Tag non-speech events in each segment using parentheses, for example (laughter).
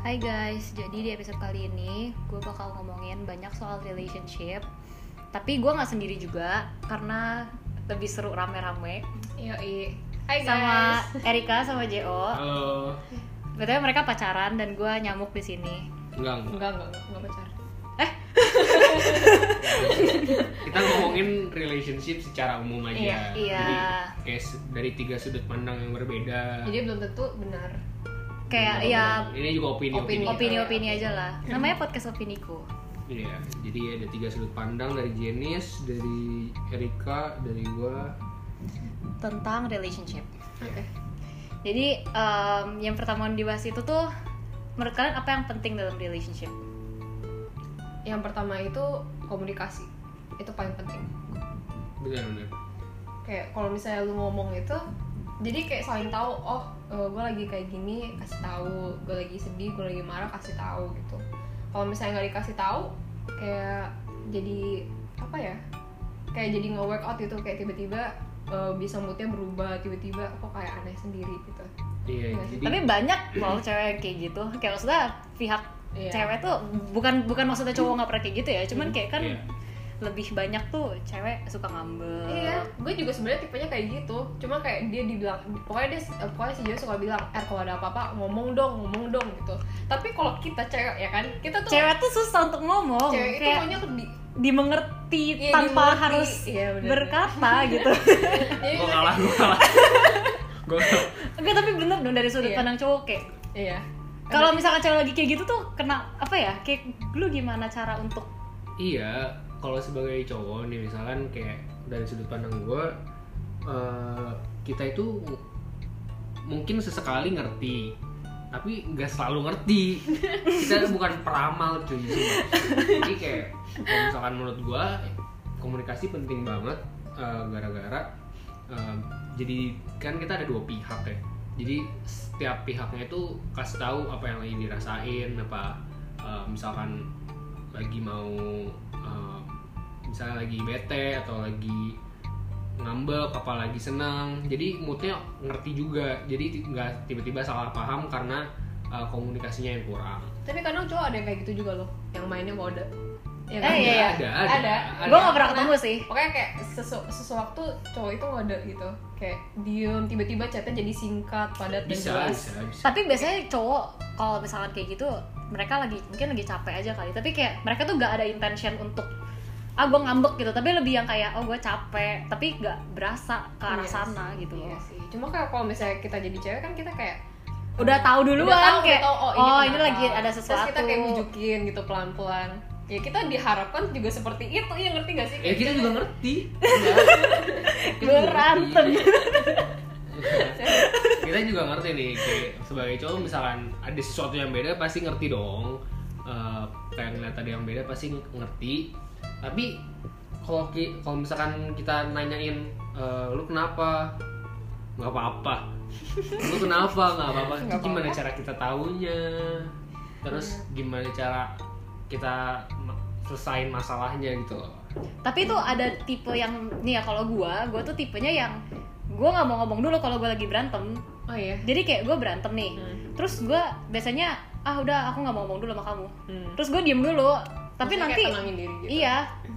Hai guys, jadi di episode kali ini gue bakal ngomongin banyak soal relationship Tapi gue gak sendiri juga, karena lebih seru rame-rame Yoi Hai Sama guys (laughs) Erika sama Jo Halo. Betulnya mereka pacaran dan gue nyamuk di sini Enggak, enggak. Enggak, enggak, enggak, enggak pacar Kita ngomongin relationship secara umum aja. Iya. Jadi, Iya. kayak se- dari tiga sudut pandang yang berbeda. Jadi belum tentu benar Kayak Iya, Ini ya Ini juga Opini. opini-opini. opini-opini aja lah Iya. Namanya podcast opiniku Iya. Jadi ada tiga sudut pandang dari Jenis, dari Erika, dari gua. Tentang relationship Oke Jadi em, yang pertama yang dibahas itu tuh Menurut kalian apa yang penting dalam relationship? Yang pertama itu komunikasi Itu paling penting Benar-benar. Kayak kalau misalnya lu ngomong itu Jadi kayak saling tahu Oh gue lagi kayak gini kasih tahu Gue lagi sedih, gue lagi marah kasih tahu gitu Kalau misalnya nggak dikasih tahu Kayak jadi apa ya kayak jadi nge workout gitu kayak tiba-tiba eh, bisa moodnya berubah tiba-tiba kok kayak aneh sendiri gitu Iya. Iya. Jadi tapi banyak loh cewek yang kayak gitu kayak maksudnya pihak Iya. cewek tuh bukan bukan maksudnya cowok nggak pernah kayak gitu ya cuman kayak kan Iya. lebih banyak tuh cewek suka ngambek Iya, gue juga sebenarnya tipenya kayak gitu. Cuma kayak dia dibilang, pokoknya dia eh, pokoknya si Jo suka bilang, "Er, kalau ada apa-apa ngomong dong, ngomong dong" gitu. Tapi kalau kita cewek ya kan, kita tuh cewek tuh susah untuk ngomong cewek itu kayak maunya tuh (laughs) di dimengerti Iya, tanpa dimengerti. harus Iya, bener. (laughs) berkata gitu Jadi gua kita- kalah, gua kalah. gua kalah. enggak tapi bener dong dari sudut Iya. pandang cowok kayak Iya. kalau misalkan cewek lagi kayak gitu tuh kena apa ya kayak lu gimana cara untuk Iya, kalau sebagai cowok nih misalkan kayak dari sudut pandang gue, eh, kita itu mu- mungkin sesekali ngerti, tapi nggak selalu ngerti. Kita bukan peramal cuy. sumpah. Jadi kayak kalau misalkan menurut gue komunikasi penting banget eh, gara-gara eh, jadi kan kita ada dua pihak ya. Jadi setiap pihaknya itu kasih tahu apa yang lagi dirasain, apa eh, misalkan lagi mau eh, misalnya lagi bete atau lagi ngambek apalagi senang jadi moodnya ngerti juga jadi ti- nggak tiba-tiba salah paham karena eh, komunikasinya yang kurang Tapi kadang cowok ada yang kayak gitu juga loh, yang mainnya kode. Ya Eh, iya, iya. ada Ada. ada ada, gue nggak pernah ketemu sih Pokoknya kayak sesu- sesuatu cowok itu ngode gitu. Kayak diem, tiba-tiba chatnya jadi singkat, padat, bisa dan jelas. bisa bisa tapi biasanya cowok kalau misalkan kayak gitu mereka lagi mungkin lagi capek aja kali tapi kayak mereka tuh gak ada intention untuk ah gue ngambek gitu tapi lebih yang kayak oh gue capek tapi gak berasa ke arah Yes. sana gitu Iya sih. Cuma kayak kalau misalnya kita jadi cewek kan kita kayak udah tahu duluan Udah tahu, gitu, udah kayak tahu, oh, ini, kenapa. lagi ada Terus sesuatu kita kayak bujukin gitu pelan-pelan. Ya kita diharapkan juga seperti itu, ya ngerti gak sih? ya kita juga ngerti Kita juga berantem ngerti. kita juga ngerti nih kayak sebagai cowok misalkan ada sesuatu yang beda pasti ngerti dong Eh, kayak ngeliat ada yang beda pasti ngerti tapi kalau ki- kalau misalkan kita nanyain eh, lu kenapa nggak apa-apa (laughs) lu kenapa nggak apa-apa Nggak Itu gimana apa-apa. Iya. cara kita tahunya terus gimana cara kita ma- selesain masalahnya gitu loh tapi itu ada tipe yang nih ya kalau gue gue tuh tipenya yang gue nggak mau ngomong dulu kalau gue lagi berantem Oh iya. jadi kayak gue berantem nih Hmm. terus gue biasanya ah udah aku nggak mau ngomong dulu sama kamu Hmm. terus gue diem dulu tapi Maksudnya nanti kayak tenangin diri gitu. Hmm. iya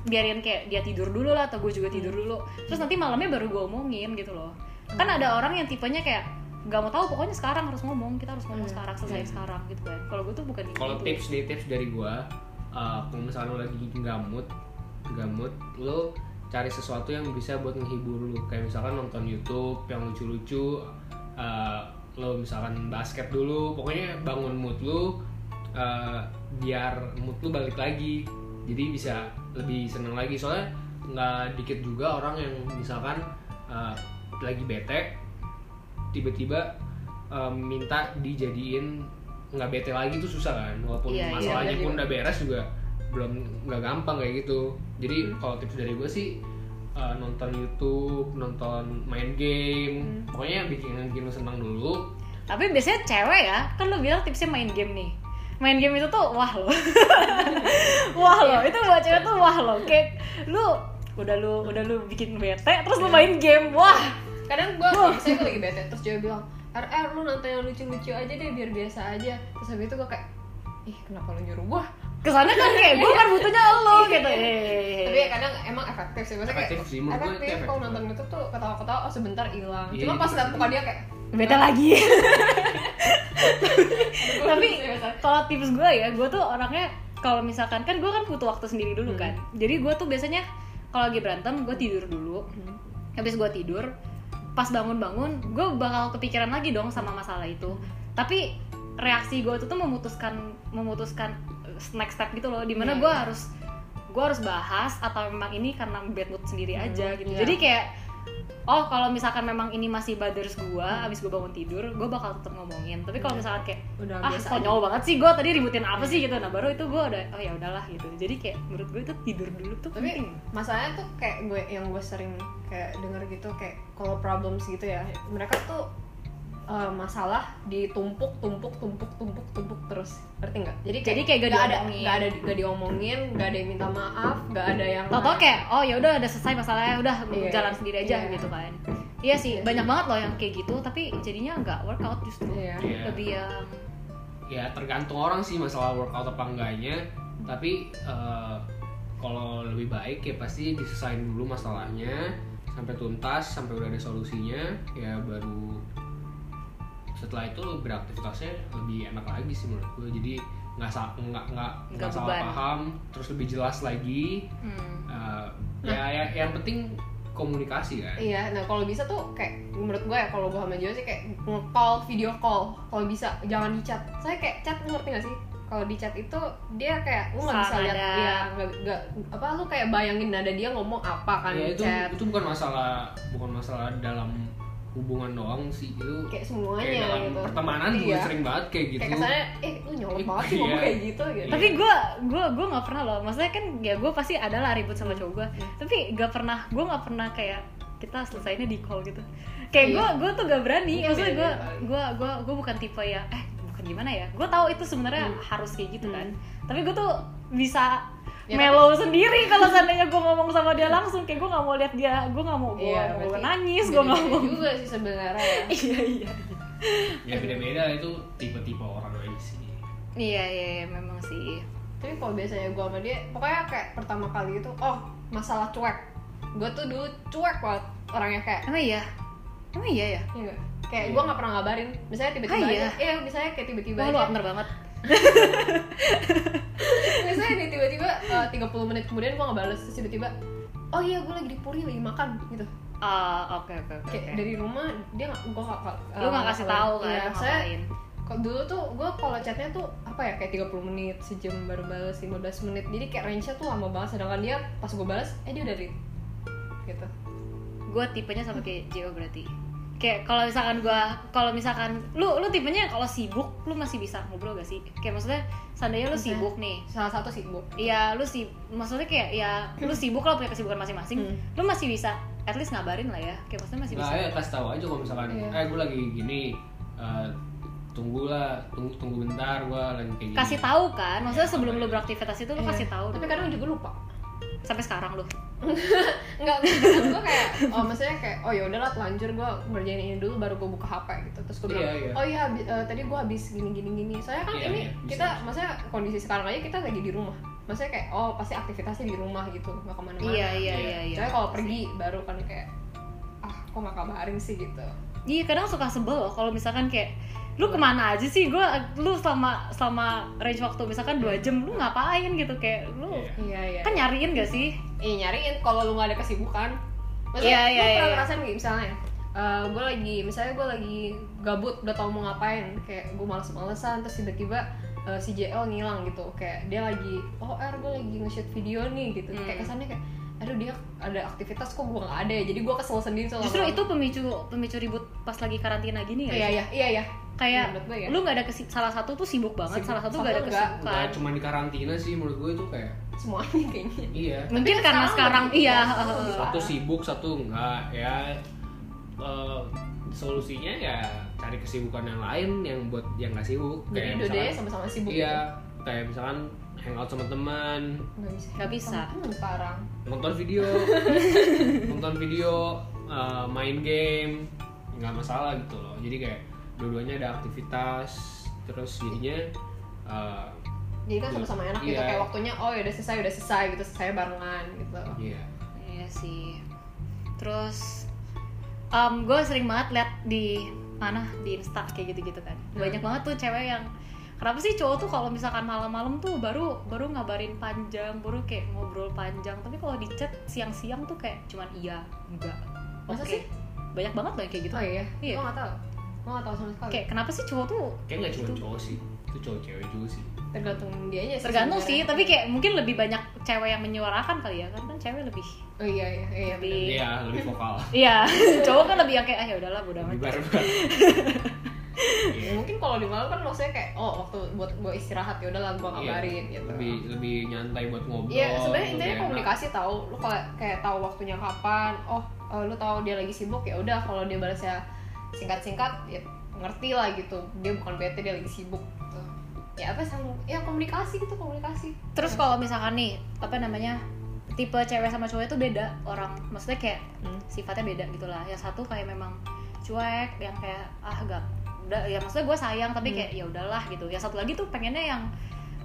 biarin kayak dia tidur dulu lah atau gue juga tidur dulu terus nanti malamnya baru gue omongin gitu loh kan ada orang yang tipenya kayak nggak mau tahu pokoknya sekarang harus ngomong kita harus ngomong Hmm. sekarang selesai sekarang gitu kan kalau gue tuh bukan kalau gitu. tips nih tips dari gua eh, kalau misalnya lo lagi nggak mood nggak mood lo cari sesuatu yang bisa buat menghibur lo kayak misalkan nonton YouTube yang lucu-lucu eh, lo misalkan basket dulu pokoknya bangun mood lo eh, biar mood lo balik lagi jadi bisa lebih seneng lagi soalnya nggak dikit juga orang yang misalkan eh, lagi bete tiba-tiba eh, minta dijadiin nggak bete lagi tuh susah kan walaupun Iya, iya, masalahnya iya. pun udah beres juga belum nggak gampang kayak gitu jadi Hmm. kalau tips dari gue sih eh, nonton YouTube nonton Hmm. main game pokoknya bikin bikin lu senang dulu tapi biasanya cewek ya kan lo bilang tipsnya main game nih main game itu tuh wah (laughs) lo wah lo Iya. itu buat cewek tuh wah lo kayak lu udah lu udah lu bikin bete terus Iya. lu main game wah Kadang gua kalau misalnya gua lagi bete terus cewek bilang, "Er, er lu nonton yang lucu-lucu aja deh biar biasa aja." Terus habis itu gua kayak ih kenapa lu nyuruh gua kesannya kan kayak gue kan butuhnya lo gitu Eh, tapi ya kadang emang efektif sih maksudnya Efektif kayak sih, menurut gua itu efektif kalau efektif nonton YouTube tuh ketawa-ketawa oh sebentar hilang Iya, cuma itu pas lihat bener. muka dia kayak bete lagi aduh, (laughs) tapi seriusan. kalau tips gue ya gue tuh orangnya kalau misalkan kan gue kan butuh waktu sendiri Hmm. dulu kan jadi gue tuh biasanya kalau lagi berantem gue tidur dulu habis gue tidur pas bangun-bangun gue bakal kepikiran lagi dong sama masalah itu tapi reaksi gue itu tuh memutuskan memutuskan eh, next step gitu loh dimana Iya, gue iya. harus gue harus bahas atau memang ini karena bad mood sendiri Hmm, aja gitu iya. jadi kayak oh kalau misalkan memang ini masih bothers gue abis gue bangun tidur gue bakal tetap ngomongin tapi Iya. kalau misalkan kayak udah ah biasa aja. konyol banget sih gue tadi ributin apa sih gitu nah baru itu gue udah oh ya udahlah gitu jadi kayak menurut gue itu tidur dulu tuh tapi penting masalahnya tuh kayak gue yang gue sering kayak denger gitu kayak kalau problems gitu ya mereka tuh eh, masalah ditumpuk tumpuk tumpuk tumpuk tumpuk terus ngerti nggak jadi kayak, Jadi kayak gak ada diomongin. nggak ada nggak diomongin nggak ada yang minta maaf nggak ada yang Tau-tau kayak oh ya udah udah selesai masalahnya udah Iya. jalan sendiri aja Iya. gitu kan iya sih Iya. banyak banget loh yang kayak gitu tapi jadinya nggak workout justru Iya. Iya. lebih yang ya tergantung orang sih masalah workout apa enggaknya tapi eh, kalau lebih baik ya pasti diselesain dulu masalahnya sampai tuntas sampai udah ada solusinya ya baru setelah itu beraktivitasnya lebih enak lagi sih menurut gue jadi nggak sa- nggak nggak Nggak nggak salah beban. paham terus lebih jelas lagi hmm, Eh, ya, ya yang penting komunikasi kan Iya, nah kalau bisa tuh kayak menurut gue ya kalau gue sama Joe sih kayak nge-call, video call. Kalau bisa jangan di chat. Saya kayak chat lu ngerti gak sih? Kalau di chat itu dia kayak lu nggak bisa Sama lihat ada. ya nggak nggak apa lu kayak bayangin nada dia ngomong apa kan ya di itu chat. itu bukan masalah bukan masalah dalam hubungan doang sih itu Kayak semuanya kayak dalam gitu. pertemanan juga Iya. sering banget kayak gitu Kayak kesannya eh lu nyolot banget sih Iya. ngomong kayak gitu gitu. tapi gue gue gue nggak pernah loh maksudnya kan ya gue pasti ada lah ribut sama cowok gue Hmm. tapi nggak pernah gue nggak pernah kayak kita selesainya di call gitu kayak Iya. gue gue tuh gak berani Iya, maksudnya gue beda-beda. gue gue gue bukan tipe ya eh bukan gimana ya gue tahu itu sebenarnya Hmm. harus kayak gitu Hmm. kan tapi gue tuh bisa Ya, mellow sendiri kalau seandainya gue ngomong sama dia langsung kayak gue nggak mau lihat dia gue nggak mau gue Iya, nggak mau gue berarti nangis gue nggak (laughs) Beda-beda mau juga sih sebenarnya. ya. (laughs) iya iya ya beda-beda itu tipe-tipe orang aja sih iya iya iya, memang sih tapi kalau biasanya gue sama dia pokoknya kayak pertama kali itu oh masalah cuek gue tuh dulu cuek banget orangnya kayak emang iya emang iya ya Iya nggak? kayak Iya. gue nggak pernah ngabarin misalnya tiba-tiba Ah, aja iya? iya misalnya kayak tiba-tiba Wah, lu aja apner banget misalnya nih tiba-tiba eh, tiga 30 menit kemudian gue nggak balas terus tiba-tiba oh iya gue lagi di puri lagi makan gitu Ah, oke oke oke kayak oke. dari rumah dia nggak gue nggak lu nggak kasih tahu kan iya, lu saya ngapain kok dulu tuh gue kalau chatnya tuh apa ya kayak 30 menit sejam baru balas 15 menit jadi kayak range nya tuh lama banget sedangkan dia pas gue balas eh dia udah read gitu gue tipenya sama kayak Jo berarti kayak kalau misalkan gue kalau misalkan lu lu tipenya kalau sibuk lu masih bisa ngobrol gak sih kayak maksudnya seandainya lu Bisa. sibuk nih salah satu sih gue Iya, lu sih maksudnya kayak ya lu sibuk lah punya kesibukan masing-masing. Hmm. Lu masih bisa at least ngabarin lah ya. Kayak maksudnya masih nah bisa. ya kasih tahu aja kalau misalkan Iya. eh gue lagi gini eh, tunggulah tunggu tunggu bentar gue lagi kayak gini Kasih tahu kan, maksudnya sebelum lu beraktivitas itu lu Iya. kasih tahu. tapi dong. kadang juga lupa sampai sekarang lu. nggak maksud gue kayak oh maksudnya kayak oh ya udahlah telanjur gue ngerjain ini dulu baru gue buka hp gitu terus gue bilang Iya, iya. oh iya habi- eh, tadi gue habis gini gini gini soalnya kan Iya, ini iya, bisa, kita bisa. maksudnya kondisi sekarang aja kita lagi di rumah maksudnya kayak oh pasti aktivitasnya di rumah gitu nggak kemana-mana Iya, iya, Iya. iya, iya. soalnya kalau pergi baru kan kayak ah kok nggak kabarin sih gitu Iya, kadang suka sebel loh kalau misalkan kayak lu kemana aja sih gua lu selama selama range waktu misalkan dua jam lu ngapain gitu kayak lu Iya. iya iya kan nyariin gak sih iya nyariin kalau lu nggak ada kesibukan maksudnya Iya, iya, lu pernah iya. ngerasain gak misalnya gue lagi misalnya gue lagi gabut udah tau mau ngapain kayak gue males-malesan terus tiba-tiba eh, si JL ngilang gitu kayak dia lagi oh er gue lagi nge-shoot video nih gitu Hmm. kayak kesannya kayak aduh dia ada aktivitas kok gue nggak ada ya jadi gue kesel sendiri selama justru itu pemicu pemicu ribut pas lagi karantina gini ya iya iya iya iya kayak Menurut gue ya. lu nggak ada kesi- salah satu tuh sibuk banget Sibuk. salah satu Satu gak ada enggak. kesibukan Nggak cuma di karantina sih menurut gue itu kayak semuanya kayaknya iya mungkin Tapi gitu. karena sekarang sekarang, (laughs) lebih- iya lebih heeh. parah. satu sibuk satu enggak ya Eh, solusinya ya cari kesibukan yang lain yang buat yang nggak sibuk jadi Kayak dua-duanya misalkan- sama-sama sibuk iya kayak misalkan hangout sama teman gitu. nggak bisa Nggak bisa. Temen sekarang nonton (laughs) video nonton video uh, main game nggak masalah gitu loh jadi kayak dua-duanya ada aktivitas terus jadinya uh, jadi kan sama-sama enak gitu Iya. kayak waktunya oh ya udah selesai udah selesai gitu selesai barengan gitu Iya. Iya sih. Terus um, gue sering banget liat di mana di Insta kayak gitu-gitu kan. Hmm. Banyak banget tuh cewek yang kenapa sih cowok tuh kalau misalkan malam-malam tuh baru baru ngabarin panjang, baru kayak ngobrol panjang. Tapi kalau di chat siang-siang tuh kayak cuman iya, enggak. Masa oke. sih? Banyak banget loh yang kayak gitu. oh iya Iya. Gua nggak tahu gue nggak tahu sama sekali Kayak kenapa sih cowok tuh Kayak nggak cuma Gitu. cowok sih, itu cowok cewek juga sih. tergantung dianya sih tergantung sebenarnya. sih, tapi kayak mungkin lebih banyak cewek yang menyuarakan kali ya, kan kan cewek lebih oh iya iya iya lebih Iya, lebih (laughs) vokal. Iya, (laughs) cowok kan lebih yang kayak ah ya udahlah bodo amat. Lebih Iya. barbar. Ya, mungkin kalau di malam kan maksudnya kayak oh waktu buat gue istirahat ya udahlah gue kabarin Iya, gitu lebih lebih nyantai buat ngobrol. gitu Iya, ya. sebenarnya Oh, lebih intinya enak. komunikasi tahu. Lu kalau kayak tahu waktunya kapan. Oh, eh, lu tahu dia lagi sibuk ya udah kalau dia balasnya singkat-singkat ya ngerti lah gitu. Dia bukan bete dia lagi sibuk gitu. Ya apa sama ya komunikasi gitu, komunikasi. Terus kalau misalkan nih, apa namanya? Tipe cewek sama cowok itu beda orang. Maksudnya kayak Hmm. sifatnya beda gitu lah. Yang satu kayak memang cuek, yang kayak ah gak udah ya maksudnya gue sayang tapi Hmm. kayak ya udahlah gitu. Yang satu lagi tuh pengennya yang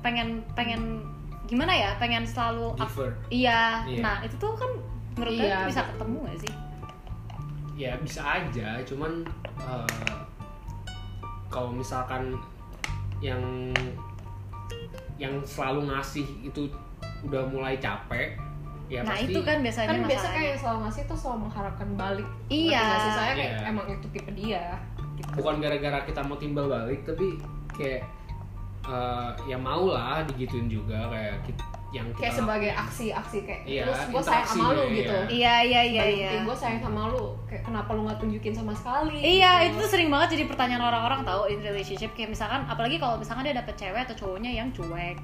pengen pengen gimana ya? Pengen selalu up- Giver. iya. Iya. Nah, itu tuh kan menurut gue Iya. bisa ketemu gak sih? ya bisa aja cuman eh, kalau misalkan yang yang selalu ngasih itu udah mulai capek ya nah, pasti itu kan biasanya kan biasa kayak masalahnya. yang selalu ngasih tuh selalu mengharapkan balik. Iya. Ngerti nggak sih? saya kayak Iya. emang itu tipe dia. Gitu. bukan gara-gara kita mau timbal balik tapi kayak eh, ya mau lah digituin juga kayak kit- yang kita Kayak sebagai aksi-aksi kayak Iya, terus gue sayang interaksi sama lu dia, gitu. iya. Iya, iya, iya, iya. Gue sayang sama lu, kayak kenapa lu nggak tunjukin sama sekali? Iya, itu gitu. tuh sering banget jadi pertanyaan orang-orang tahu in relationship kayak misalkan apalagi kalau misalkan dia dapet cewek atau cowoknya yang cuek.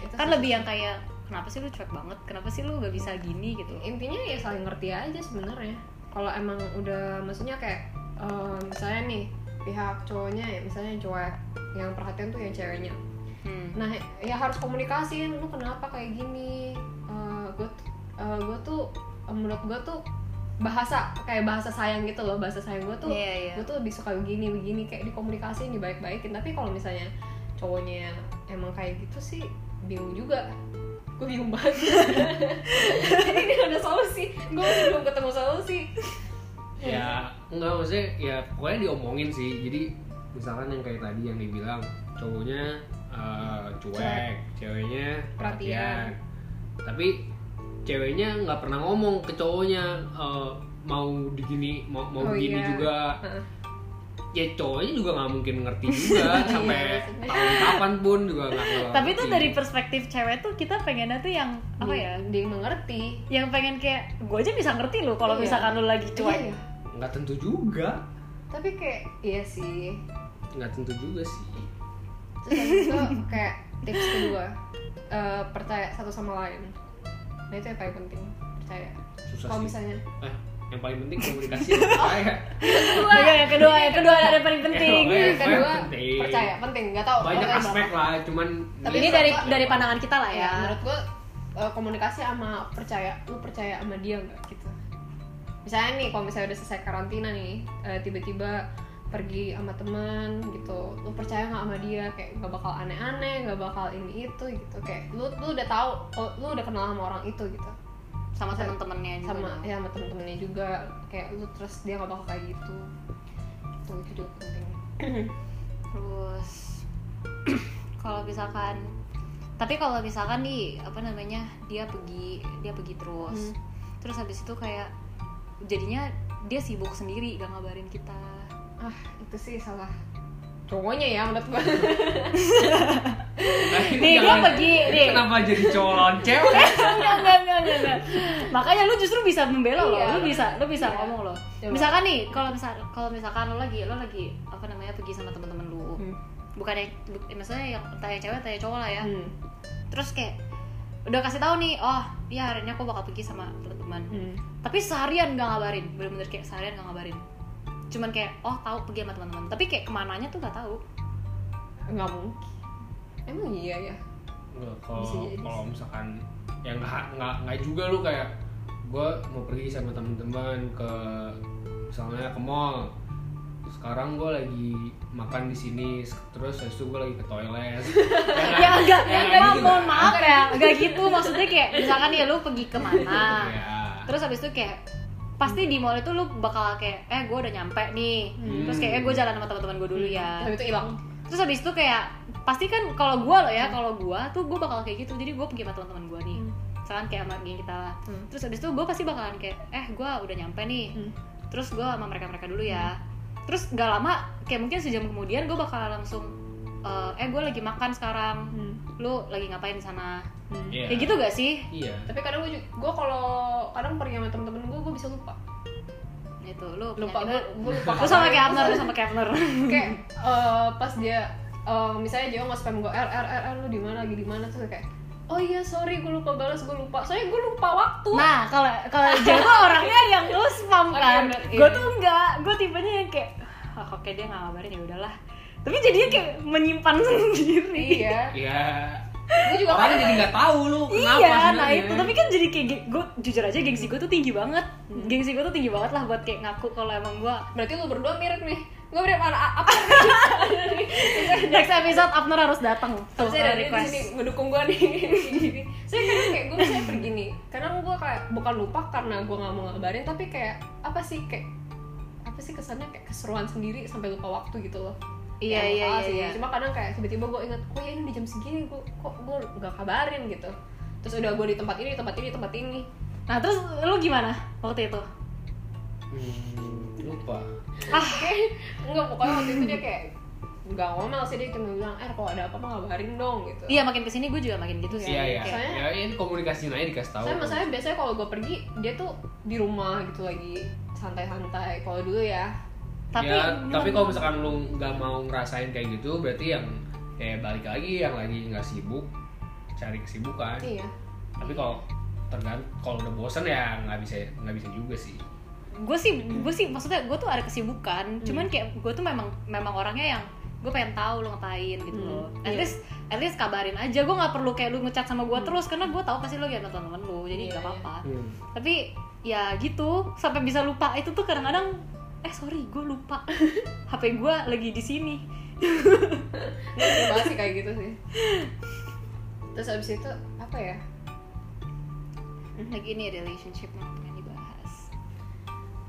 Itu Kan sih. lebih yang kayak kenapa sih lu cuek banget? Kenapa sih lu gak bisa gini gitu? intinya ya saling ngerti aja sebenarnya kalau emang udah maksudnya kayak eh, misalnya nih pihak cowoknya ya misalnya yang cuek yang perhatian tuh yang ceweknya Hmm. nah ya harus komunikasiin lu kenapa kayak gini Eh, gue gue tuh eh, menurut gue tuh bahasa kayak bahasa sayang gitu loh bahasa sayang gue tuh Iya, iya. gue tuh lebih suka begini begini kayak dikomunikasiin dibaik-baikin tapi kalau misalnya cowoknya emang kayak gitu sih bingung juga gue bingung banget jadi gak ada solusi gue masih belum ketemu solusi ya enggak maksudnya ya pokoknya diomongin sih jadi misalkan yang kayak tadi yang dibilang cowoknya eh, cuek, Cuek. ceweknya Perhatian. perhatian tapi ceweknya nggak pernah ngomong ke cowoknya eh, mau digini mau mau Oh, begini iya. juga Heeh. ya cowoknya juga nggak mungkin (laughs) ngerti juga sampai Iya, maksudnya. tahun kapan pun juga (laughs) nggak bakal Tapi itu ngerti. dari perspektif cewek tuh kita pengennya tuh yang apa ya? Dia- dia mengerti Yang pengen kayak gue aja bisa ngerti lu kalau Iya. misalkan lu lagi Iya, cuek. iya. nggak tentu juga tapi kayak iya sih nggak tentu juga sih terus habis itu kayak tips kedua eh, percaya satu sama lain nah itu yang paling penting percaya susah kalau sih misalnya Eh, yang paling (laughs) penting komunikasi percaya Iya, yang (laughs) kedua, yang kedua ada yang paling penting. Eh, yang kedua penting. percaya penting nggak tahu banyak oke, aspek berapa. lah cuman Tapi Ini Iya, dari Pak. dari pandangan kita lah ya ya. menurut gue komunikasi sama percaya lu percaya sama dia nggak gitu misalnya nih kalau misalnya udah selesai karantina nih eh, tiba-tiba pergi sama teman gitu lu percaya nggak sama dia kayak gak bakal aneh-aneh gak bakal ini itu gitu kayak lu lu udah tahu oh, lu udah kenal sama orang itu gitu Sama temen-temennya juga. sama ya sama temen-temennya juga kayak lu terus dia gak bakal kayak gitu itu itu juga penting terus (clears throat) kalau misalkan tapi kalau misalkan nih apa namanya dia pergi dia pergi terus Hmm. terus habis itu kayak jadinya dia sibuk sendiri gak ngabarin kita ah itu sih salah cowoknya ya menurut gue (laughs) Nah, ini Nih, jangan- gua pergi, nih. kenapa jadi cowok lawan (laughs) cewek enggak enggak enggak enggak, enggak. makanya lu justru bisa membela loh Iya. lu bisa lu bisa Iya. ngomong loh Coba. misalkan nih kalau misal kalau misalkan lo lagi lo lagi apa namanya pergi sama teman-teman lu Hmm. bukan yang bu- misalnya yang entah yang cewek entah yang cowok lah ya Hmm. terus kayak udah kasih tahu nih oh ya hari ini aku bakal pergi sama teman-teman Hmm. tapi seharian gak ngabarin bener-bener kayak seharian gak ngabarin cuman kayak oh tahu pergi sama teman-teman tapi kayak kemananya tuh gak tahu nggak mungkin emang iya ya Nggak, kalau Bisa jadi. kalau misalkan ya nggak nggak nggak juga lu kayak gue mau pergi sama teman-teman ke misalnya ke mall terus sekarang gue lagi makan di sini terus habis itu gue lagi ke (laughs) toilet ya enggak Ya, ya, gitu. mohon maaf ya enggak gitu maksudnya kayak misalkan ya lu pergi kemana ya. terus habis itu kayak pasti di mall itu lu bakal kayak eh gue udah nyampe nih Hmm. terus kayak eh, gue jalan sama teman-teman gue dulu ya Iya. Tapi itu hilang. terus habis itu kayak pasti kan kalau gue loh ya kalau gue tuh gue bakal kayak gitu jadi gue pergi sama teman-teman gue nih misalkan kayak sama geng kita lah Hmm. terus habis itu gue pasti bakalan kayak eh gue udah nyampe nih Hmm. terus gue sama mereka mereka dulu ya terus gak lama kayak mungkin sejam kemudian gue bakal langsung eh, eh gue lagi makan sekarang Hmm. lu lagi ngapain di sana Hmm. Iya. kayak gitu gak sih iya Tapi kadang gue gue kalau kadang pergi sama temen-temen gue gue bisa lupa. itu lu Lupa penyakit gue gue (laughs) lupa. lu sama kapan. kayak Abner lu sama kayak (laughs) Abner kayak eh, pas dia eh, misalnya dia nge spam "Er, gue r r r R, lu di mana lagi di mana terus kayak oh iya sorry gue lupa balas gue lupa soalnya gue lupa waktu nah kalau kalau Jago orangnya yang lu spam Oke, kan bener, iya. gue tuh enggak gue tipenya yang kayak "Ah, oke dia nggak ngabarin ya udahlah tapi jadinya kayak menyimpan (laughs) sendiri iya ya gue juga orang kadang- jadi nggak tahu lu kenapa kan iya, nah sebenarnya. itu tapi kan jadi kayak gue jujur aja gengsi gue tuh tinggi banget, Hmm. gengsi gue tuh tinggi banget lah buat kayak ngaku kalau emang gue berarti lu berdua mirip nih gue mirip mana apa next episode Abner harus datang tuh Terus kalau ada dia di sini request mendukung gue nih (laughs) gini. Saya kadang kayak gue misalnya pergi nih Kadang gue kayak bukan lupa karena gue gak mau ngabarin Tapi kayak apa sih kayak apa sih kesannya kayak keseruan sendiri sampai lupa waktu gitu loh Iya, Kayak iya, lupa iya, sih. iya. cuma kadang kayak tiba-tiba gue ingat oh ya ini di jam segini gue kok gue nggak kabarin gitu terus udah gue di tempat ini di tempat ini di tempat ini (laughs) nah terus lu gimana waktu itu Hmm, lupa Ah, oke nggak pokoknya waktu itu dia kayak nggak ngomel sih dia cuma bilang eh kalau ada apa-apa ngabarin dong gitu iya makin kesini gue juga makin gitu sih iya iya Kayak- Soalnya- ya ini komunikasinya aja dikasih tahu Ya, Saya masalahnya biasanya kalau gue pergi dia tuh di rumah gitu lagi santai-santai. Kalau dulu ya tapi ya, tapi kalau misalkan lu nggak mau ngerasain kayak gitu berarti yang kayak balik lagi yang lagi nggak sibuk cari kesibukan iya. tapi kalau tergant kalau udah bosen ya nggak bisa nggak bisa juga sih gue sih gue sih maksudnya gue tuh ada kesibukan Hmm. cuman kayak gue tuh memang memang orangnya yang gue pengen tahu lo ngapain gitu Hmm, loh at iya. least at least kabarin aja gue nggak perlu kayak lu ngechat sama gue Hmm. terus karena gue tahu pasti lo gak nonton temen lu jadi Iya, nggak iya. apa-apa tapi ya gitu sampai bisa lupa itu tuh kadang-kadang eh sorry gue lupa (laughs) hp gue lagi di sini Gue sering banget sih kayak gitu sih. Terus abis itu apa ya? lagi ini relationship yang pengen dibahas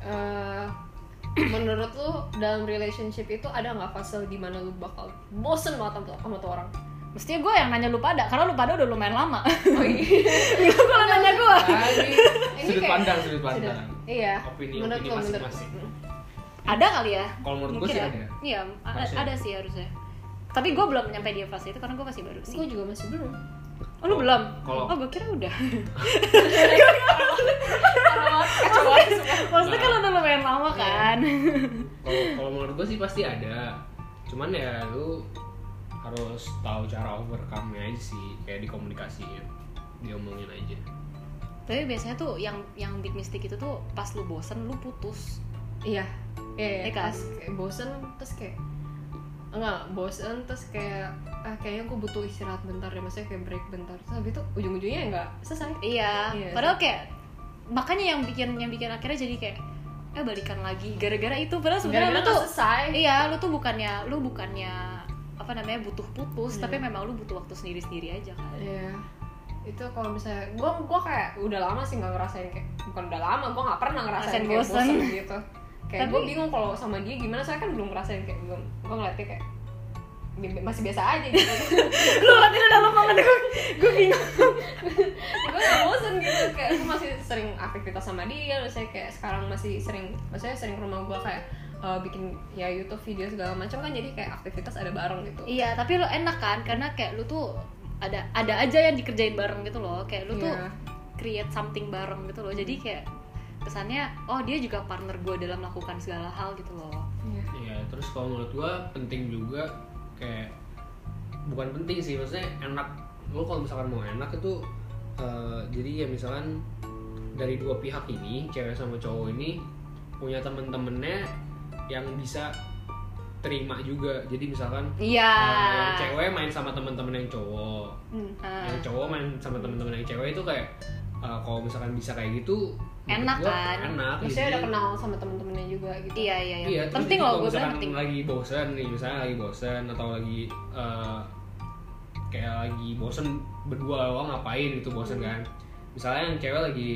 Eh, (clears throat) menurut lu dalam relationship itu ada nggak fase di mana lu bakal bosen banget sama, sama tuh orang? mestinya gue yang nanya lu pada karena lu pada udah lumayan lama (laughs) Oh iya. Nah, kalau nanya gue Ah, ini Ini sudut kayak- pandang sudut pandang iya. Opini- menurut opini lu, menurut- masing-masing. ada kali ya kalau menurut Mungkin gue sih ya. ada iya a- Harusnya. ada sih harusnya tapi gue belum nyampe di fase itu karena gue masih baru sih Gue juga masih belum. oh, lu belum Kalau- oh gue kira (laughs) udah Kacau banget semua. maksudnya Nah. kan udah lumayan lama Iya. kan (laughs) kalau kalau menurut gue sih pasti ada cuman ya lu harus tahu cara overcome nya aja sih kayak dikomunikasiin diomongin aja tapi biasanya tuh yang yang big mistake itu tuh pas lu bosen lu putus Iya. Iya. iya. Iya kan? Pas kayak bosen terus kayak enggak bosen terus kayak ah, kayaknya aku butuh istirahat bentar deh maksudnya kayak break bentar terus habis itu ujung-ujungnya ya nggak selesai iya Iya. padahal kayak makanya yang bikin yang bikin akhirnya jadi kayak eh balikan lagi gara-gara itu padahal sebenarnya lu Gara-gara tuh nggak selesai iya lu tuh bukannya lu bukannya apa namanya butuh putus Iya. tapi memang lu butuh waktu sendiri-sendiri aja kan iya itu kalau misalnya gue gua kayak udah lama sih nggak ngerasain kayak bukan udah lama gue nggak pernah ngerasain Ngerasain kayak bosen. bosen, gitu kayak gue Tapi- bingung kalau sama dia gimana saya kan belum ngerasain kayak belum gue ngeliatnya kayak bi- masih biasa aja gitu (laughs) lu latihan udah (laughs) lama banget gue gue bingung gue gak bosen gitu kayak gue masih sering aktivitas sama dia terus saya kayak sekarang masih sering maksudnya sering ke rumah gue kayak eh, bikin ya YouTube video segala macam kan jadi kayak aktivitas ada bareng gitu iya tapi lu enak kan karena kayak lu tuh ada ada aja yang dikerjain bareng gitu loh kayak lu tuh Iya. create something bareng gitu loh jadi kayak kesannya oh dia juga partner gue dalam melakukan segala hal gitu loh Iya. Iya, terus kalau menurut gua penting juga kayak bukan penting sih, maksudnya enak. Lo kalau misalkan mau enak itu eh, jadi ya misalkan dari dua pihak ini, cewek sama cowok ini punya temen-temennya yang bisa terima juga. Jadi misalkan iya eh, yang cewek main sama temen-temen yang cowok, Hmm. Ah. yang cowok main sama temen-temen yang cewek itu kayak eh, kalau misalkan bisa kayak gitu menurut Enak gua kan? enak Maksudnya jadi- udah kenal sama temen-temennya juga gitu iya iya iya, Iya, terus penting itu loh kalau gue bilang misalkan penting lagi bosen nih, misalnya lagi bosen atau lagi eh, kayak lagi bosen berdua doang ngapain gitu bosen kan. Misalnya yang cewek lagi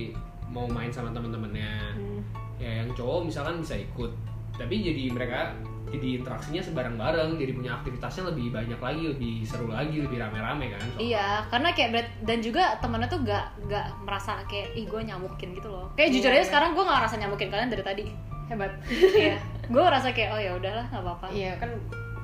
mau main sama temen-temennya, Hmm. ya yang cowok misalkan bisa ikut. Tapi jadi mereka jadi interaksinya sebareng-bareng, jadi punya aktivitasnya lebih banyak lagi, lebih seru lagi, lebih rame-rame kan. So, Iya, karena kayak berat, dan juga temennya tuh gak gak merasa kayak ih gue nyamukin gitu loh. Kayak jujur Iya. aja sekarang gue gak ngerasa nyamukin kalian dari tadi. hebat Iya, gue ngerasa kayak oh ya udahlah nggak apa-apa. iya kan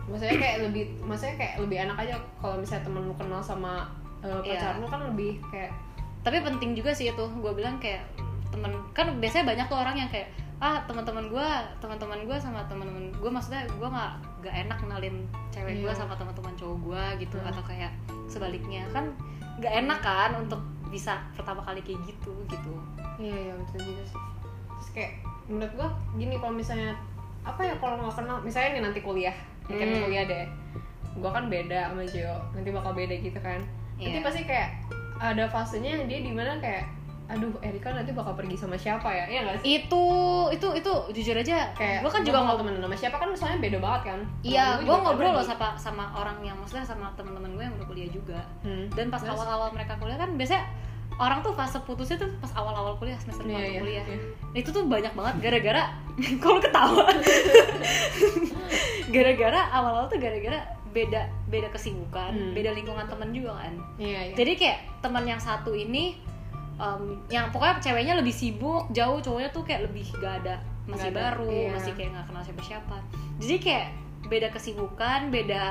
maksudnya kayak lebih maksudnya kayak lebih enak aja kalau misalnya temen lu kenal sama eh, Iya. pacar lu kan lebih kayak Tapi penting juga sih itu gue bilang kayak temen kan biasanya banyak tuh orang yang kayak ah teman-teman gue teman-teman gue sama teman-teman gue maksudnya gue nggak nggak enak kenalin cewek gue Iya. sama teman-teman cowok gue gitu Hmm. atau kayak sebaliknya kan nggak enak kan untuk bisa pertama kali kayak gitu gitu iya iya betul juga sih terus kayak menurut gua gini kalau misalnya apa ya kalau nggak kenal misalnya nih nanti kuliah ini kan Hmm. kuliah deh gua kan beda sama Jio nanti bakal beda gitu kan Iya. nanti pasti kayak ada fasenya yang dia di mana kayak aduh Erika nanti bakal pergi sama siapa ya iya nggak sih itu itu itu jujur aja kayak gue kan juga mau ngobrol temen sama siapa kan soalnya beda banget kan Temen Iya, gua gue juga ngobrol loh tadi. sama sama orang yang maksudnya sama teman-teman gue yang udah kuliah juga. Hmm. Dan pas Terus? awal-awal mereka kuliah kan biasanya orang tuh fase putusnya tuh pas awal-awal kuliah semester Iya, awal iya, kuliah. Nah, iya. Itu tuh banyak banget gara-gara (laughs) kalau (laughs) ketawa. gara-gara awal-awal tuh gara-gara beda beda kesibukan, Hmm. beda lingkungan temen juga kan. Iya, iya. Jadi kayak teman yang satu ini em, yang pokoknya ceweknya lebih sibuk, jauh cowoknya tuh kayak lebih gak ada masih Nggak ada, baru, iya. masih kayak nggak kenal siapa-siapa. Jadi kayak beda kesibukan, beda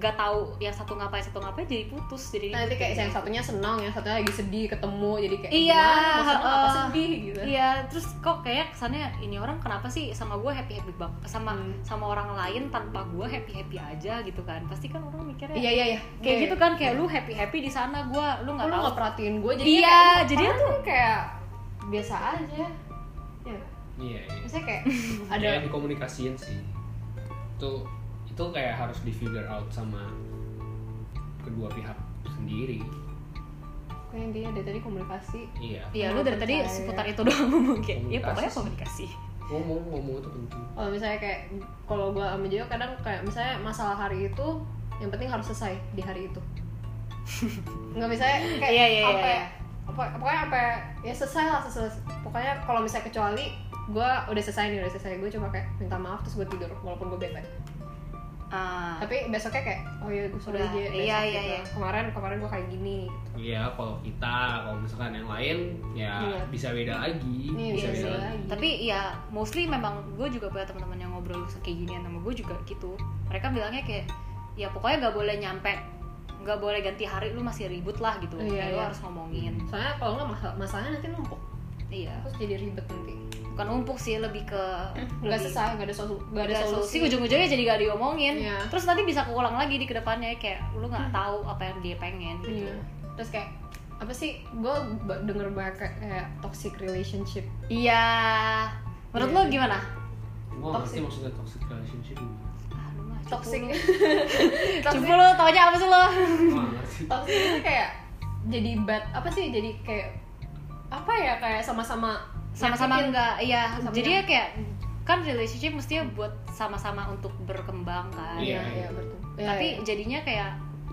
gak tahu yang satu ngapain satu ngapain jadi putus jadi Nah, nanti kayak yang satunya senang, yang satunya lagi sedih ketemu, jadi kayak Iya, gimana? Mau senang apa heeh. sedih gitu. Iya, terus kok kayak kesannya ini orang kenapa sih sama gue happy happy bang sama Hmm. sama orang lain tanpa gue happy happy aja gitu kan pasti kan orang mikirnya Iya, iya, iya. kayak gitu kan kayak lu happy happy di sana gue lu nggak Lu tahu nggak perhatiin gue jadi Iya, kayak, jadinya apaan tuh- kan kayak biasa aja. Ya, Iya, iya. misalnya (laughs) kayak ada ada dikomunikasiin sih itu itu kayak harus di figure out sama kedua pihak sendiri kayak dia dari tadi komunikasi. iya Iya, lu dari tadi Percaya. seputar itu doang (laughs) ngomong kayak, ya Komunikasi pokoknya sih. komunikasi. ngomong ngomong itu penting Kalau misalnya kayak kalau gue sama Jio kadang kayak misalnya masalah hari itu yang penting harus selesai di hari (laughs) itu. Nggak misalnya kayak Iya, iya, apa iya. ya, apa, pokoknya apa ya, ya selesai lah selesai. Pokoknya kalau misalnya kecuali gue udah selesai nih udah selesai gue cuma kayak minta maaf terus gue tidur walaupun gue bete. Ah, Tapi besoknya kayak oh ya gue Udah, sudah aja. besok iya, iya, gitu. iya. Kemarin kemarin gue kayak gini. Gitu. iya kalau kita kalau misalkan yang lain ya Iya. bisa beda lagi Ini bisa biasa beda lagi lagi. tapi ya mostly memang gue juga punya teman-teman yang ngobrol kayak ginian sama gue juga gitu. Mereka bilangnya kayak, ya pokoknya gak boleh nyampe, gak boleh ganti hari lu masih ribut lah gitu. Iya, Kayak lu iya. harus ngomongin. soalnya kalau nggak masalah masalahnya nanti numpuk Iya, terus jadi ribet nanti. bukan numpuk sih, lebih ke Nggak lebih- selesai nggak ada solu nggak ada Gak solusi. Hmm. solusi ujung-ujungnya jadi gak diomongin Iya. terus nanti bisa keulang lagi di kedepannya kayak lu nggak tahu apa yang dia pengen gitu Iya. Terus kayak apa sih? Gue denger banyak kayak, kayak toxic relationship. gitu. iya menurut Iya. lu gimana gua nggak ngerti Toxic. maksudnya toxic relationship gimana. (laughs) ah, lu mah cupu (laughs) Toxic. lu. toxic. Coba lo taunya apa sih lo? Gua nggak ngerti toxic itu kayak jadi bad apa sih? Jadi kayak apa ya kayak sama-sama Sama-sama nyakitin. enggak, iya. Sama-sama. Jadi ya kayak kan relationship mestinya buat sama-sama untuk berkembang kan. Iya, Iya, iya iya. betul. Tapi jadinya kayak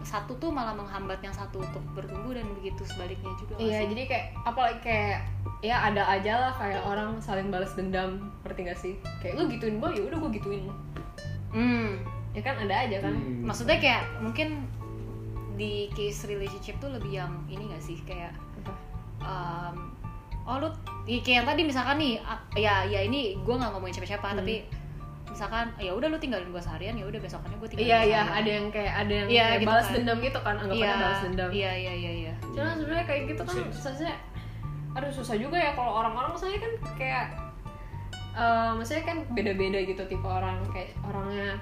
satu tuh malah menghambat yang satu untuk bertumbuh dan begitu sebaliknya juga. nggak Iya, sih? jadi kayak apalagi kayak ya ada aja lah kayak orang saling balas dendam, ngerti gak sih? Kayak lu gituin gue, ya udah gue gituin lo. Hmm. Ya kan ada aja kan. Hmm. Maksudnya kayak mungkin di case relationship tuh lebih yang ini gak sih kayak Apa? um, oh lu ya kayak yang tadi misalkan nih ah, ya ya ini gue nggak ngomongin siapa-siapa Hmm. tapi misalkan ya udah lu tinggalin gue seharian ya udah besokannya gue tinggalin Iya, lu iya, seharian. ada yang kayak ada yang Iya, kayak gitu balas kan. dendam gitu kan, anggapannya iya balas dendam. iya iya iya iya Cuman sebenarnya kayak gitu kan Bisa, bisa. maksudnya aduh susah juga ya kalau orang-orang maksudnya kan kayak eh maksudnya kan beda-beda gitu tipe orang kayak orangnya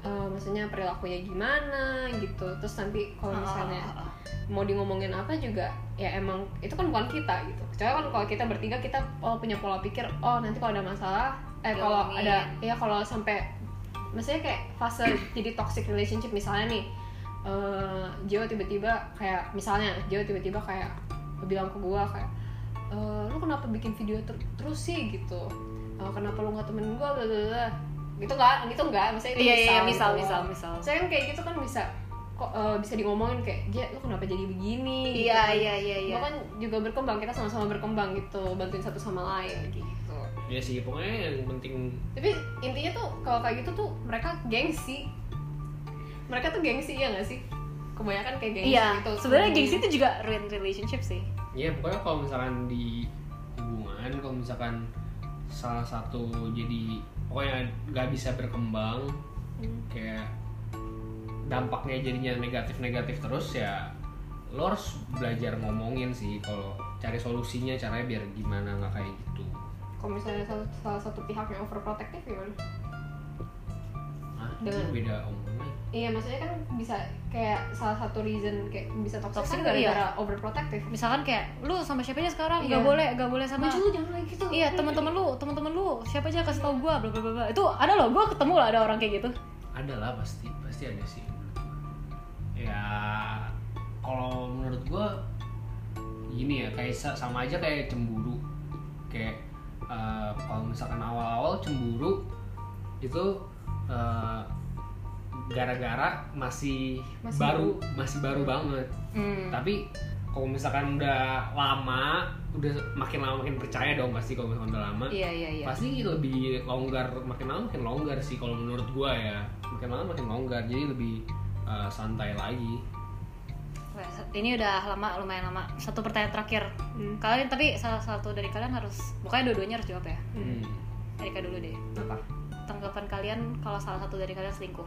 eh, maksudnya perilakunya gimana gitu terus nanti kalau misalnya Ah, ah, ah, ah. mau di ngomongin apa juga ya emang itu kan bukan kita gitu kecuali kan kalau kita bertiga kita oh, punya pola pikir oh nanti kalau ada masalah eh kalau Diomongin. ada ya kalau sampai maksudnya kayak fase jadi toxic relationship misalnya nih eh Jio tiba-tiba kayak misalnya Jio tiba-tiba kayak bilang ke gua kayak "Eh, lu kenapa bikin video ter- terus sih gitu Eh, kenapa lu nggak temenin gue blablabla gitu nggak gitu nggak misalnya itu iya iya misal gitu. misal misal saya kan kayak gitu kan bisa kok eh, bisa digomongin kayak dia lu kenapa jadi begini gitu iya kan. iya iya iya Gua kan juga berkembang kita sama-sama berkembang gitu bantuin satu sama lain gitu ya sih pokoknya yang penting tapi intinya tuh kalau kayak gitu tuh mereka gengsi mereka tuh gengsi ya nggak sih kebanyakan kayak gengsi iya gitu sebenarnya gengsi itu juga ruin relationship sih ya pokoknya kalau misalkan di hubungan kalau misalkan salah satu jadi pokoknya nggak bisa berkembang Hmm. kayak dampaknya jadinya negatif-negatif terus ya lo harus belajar ngomongin sih kalau cari solusinya caranya biar gimana nggak kayak gitu kalau misalnya salah, salah satu pihak yang overprotective ya, gimana ah itu Dengan- beda omongan iya maksudnya kan bisa kayak salah satu reason kayak bisa toxic, Toxic, kan iya. gara-gara overprotective misalkan kayak lu sama siapa aja sekarang nggak Iya. boleh nggak boleh sama muncul lu jangan lagi gitu iya teman-teman lu teman-teman lu siapa aja kasih tau gua bla bla bla bla. itu ada loh gua ketemu lah ada orang kayak gitu ada lah pasti pasti ada sih menurut gua. ya kalau menurut gua gini ya kayak sa- sama aja kayak cemburu kayak eh, kalau misalkan awal-awal cemburu itu eh, gara-gara masih, Masih baru masih baru banget hmm. tapi kalau misalkan udah lama udah makin lama makin percaya dong pasti kalau misalkan udah lama iya iya iya pasti lebih longgar makin lama makin longgar sih kalau menurut gua ya makin lama makin longgar jadi lebih uh, santai lagi ini udah lama lumayan lama satu pertanyaan terakhir Hmm. kalian tapi salah satu dari kalian harus pokoknya dua-duanya harus jawab ya hmm. Erika dulu deh apa tanggapan kalian kalau salah satu dari kalian selingkuh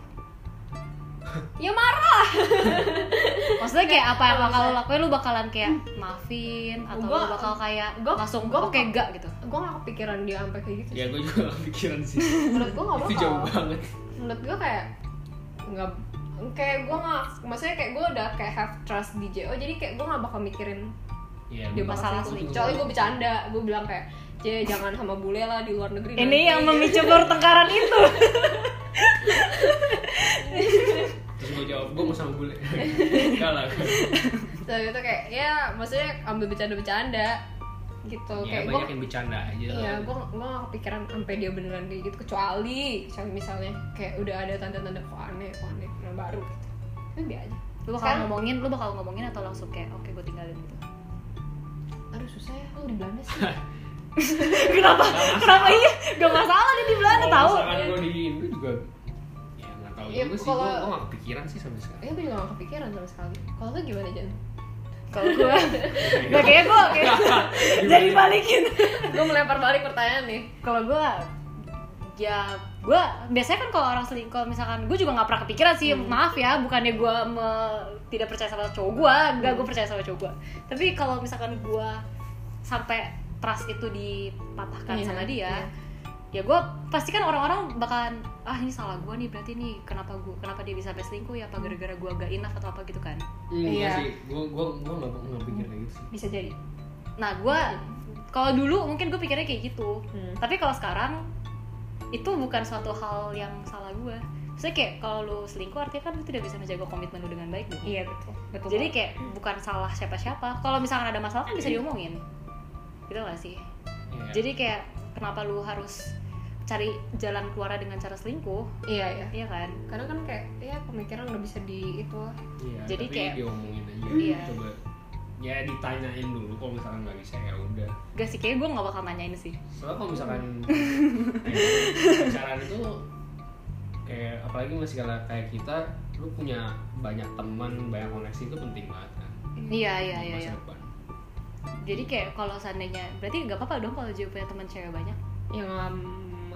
ya marah (laughs) maksudnya kayak apa yang Kalau bakal lo lakuin lu bakalan kayak maafin atau Gua- lu bakal kayak gua- langsung gua oke bakal- enggak gitu gue gak kepikiran dia sampai kayak gitu ya sih. gua juga (laughs) nggak kepikiran sih menurut gue gak itu bakal jauh banget menurut gue kayak nggak kayak gue nggak maksudnya kayak gue udah kayak have trust di JO jadi kayak gue nggak bakal mikirin ya, dia gua- masalah bakal selingkuh. selingkuh. kecuali gue bercanda gue bilang kayak J jangan sama bule lah di luar negeri ini Iya. yang nanti." memicu pertengkaran itu terus gua jawab gua mau sama bule enggak lah Terus gitu kayak ya maksudnya ambil bercanda-bercanda gitu ya kayak gue banyak yang bercanda aja iya gue gue nggak kepikiran sampai dia beneran kayak gitu kecuali misalnya, misalnya kayak udah ada tanda-tanda kok aneh kok aneh yang baru gitu tapi biar aja lu bakal Sekarang- ngomongin lu bakal ngomongin atau langsung kayak oke gue tinggalin gitu aduh susah ya kalau di Belanda (laughs) sih (laughs) kenapa kenapa iya gak masalah nih di Belanda tahu kalau misalkan gua di Indo juga ya nggak tahu Ya, juga sih kalau- gua gua nggak kepikiran sih sama sekali (laughs) Ya, gue juga gak kepikiran sama sekali. Kalau lu gimana, Jan? kalau gue gak (laughs) kayak gue kayak jadi balikin gue melempar balik pertanyaan nih. kalau gue ya gue biasanya kan kalau orang selingkuh kalau misalkan gue juga nggak pernah kepikiran sih Hmm. maaf ya bukannya gue me- tidak percaya sama cowok gue nggak Hmm. gue percaya sama cowok gue tapi kalau misalkan gue sampai trust itu dipatahkan Iya, sama dia ya iya. gue pasti kan orang-orang bakalan ah ini salah gue nih berarti nih kenapa gue kenapa dia bisa sampai selingkuh ya Hmm. apa gara-gara gue gak enough atau apa gitu kan Hmm, Iya. iya sih gua gua gua nggak nggak pikir kayak gitu sih Bisa jadi. Iya. nah gue kalau dulu mungkin gue pikirnya kayak gitu Hmm. tapi kalau sekarang itu bukan suatu hal yang salah gue Maksudnya kayak kalau lu selingkuh artinya kan lu tidak bisa menjaga komitmen lu dengan baik dong Iya, betul. Betul. jadi kayak bukan salah siapa-siapa kalau misalkan ada masalah kan bisa diomongin gitu gak sih Iya. jadi kayak kenapa lu harus cari jalan keluarnya dengan cara selingkuh iya, iya. iya kan Karena kan kayak ya pemikiran udah bisa di itu lah. Iya, Jadi tapi kayak- diomongin aja Iya. coba ya ditanyain dulu kalau misalkan nggak bisa ya udah gak sih kayak gue gak bakal nanyain sih soalnya kalau (laughs) misalkan pacaran itu kayak apalagi masih kayak kayak kita lu punya banyak teman banyak koneksi itu penting banget kan Hmm. iya iya di iya, masa iya. depan (laughs) jadi kayak kalau seandainya berarti gak apa-apa dong kalau juga punya teman cewek banyak Yang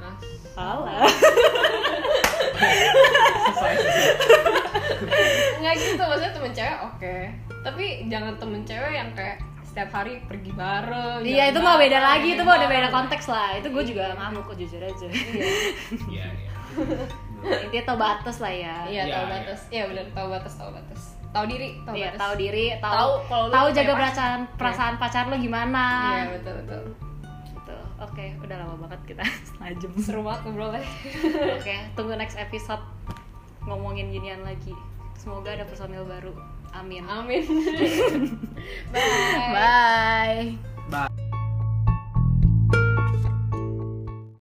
mas. Alah. selesai Nggak gitu, maksudnya temen cewek oke. Tapi jangan temen cewek yang kayak setiap hari pergi bareng. Iya jalan itu mah beda bareng, lagi, itu main mah udah bareng. beda konteks lah. Itu gue juga ngamuk kok jujur aja. Iya. iya (laughs) iya Intinya tau batas lah ya. Iya, Iya, tahu iya. batas. Iya, benar, tahu batas, tahu batas. Tahu diri, tahu Iya, batas. tahu diri, Tahu tahu kalau lu tahu kayak jaga pas- perasaan perasaan pacar lo gimana. Iya, betul, betul. Gitu. Oke, udah lama banget kita (laughs) senajem. Seru banget ngobrolnya. Oke, tunggu next episode ngomongin ginian lagi. Semoga (laughs) ada personil baru. Amin. Amin. Bye. Bye.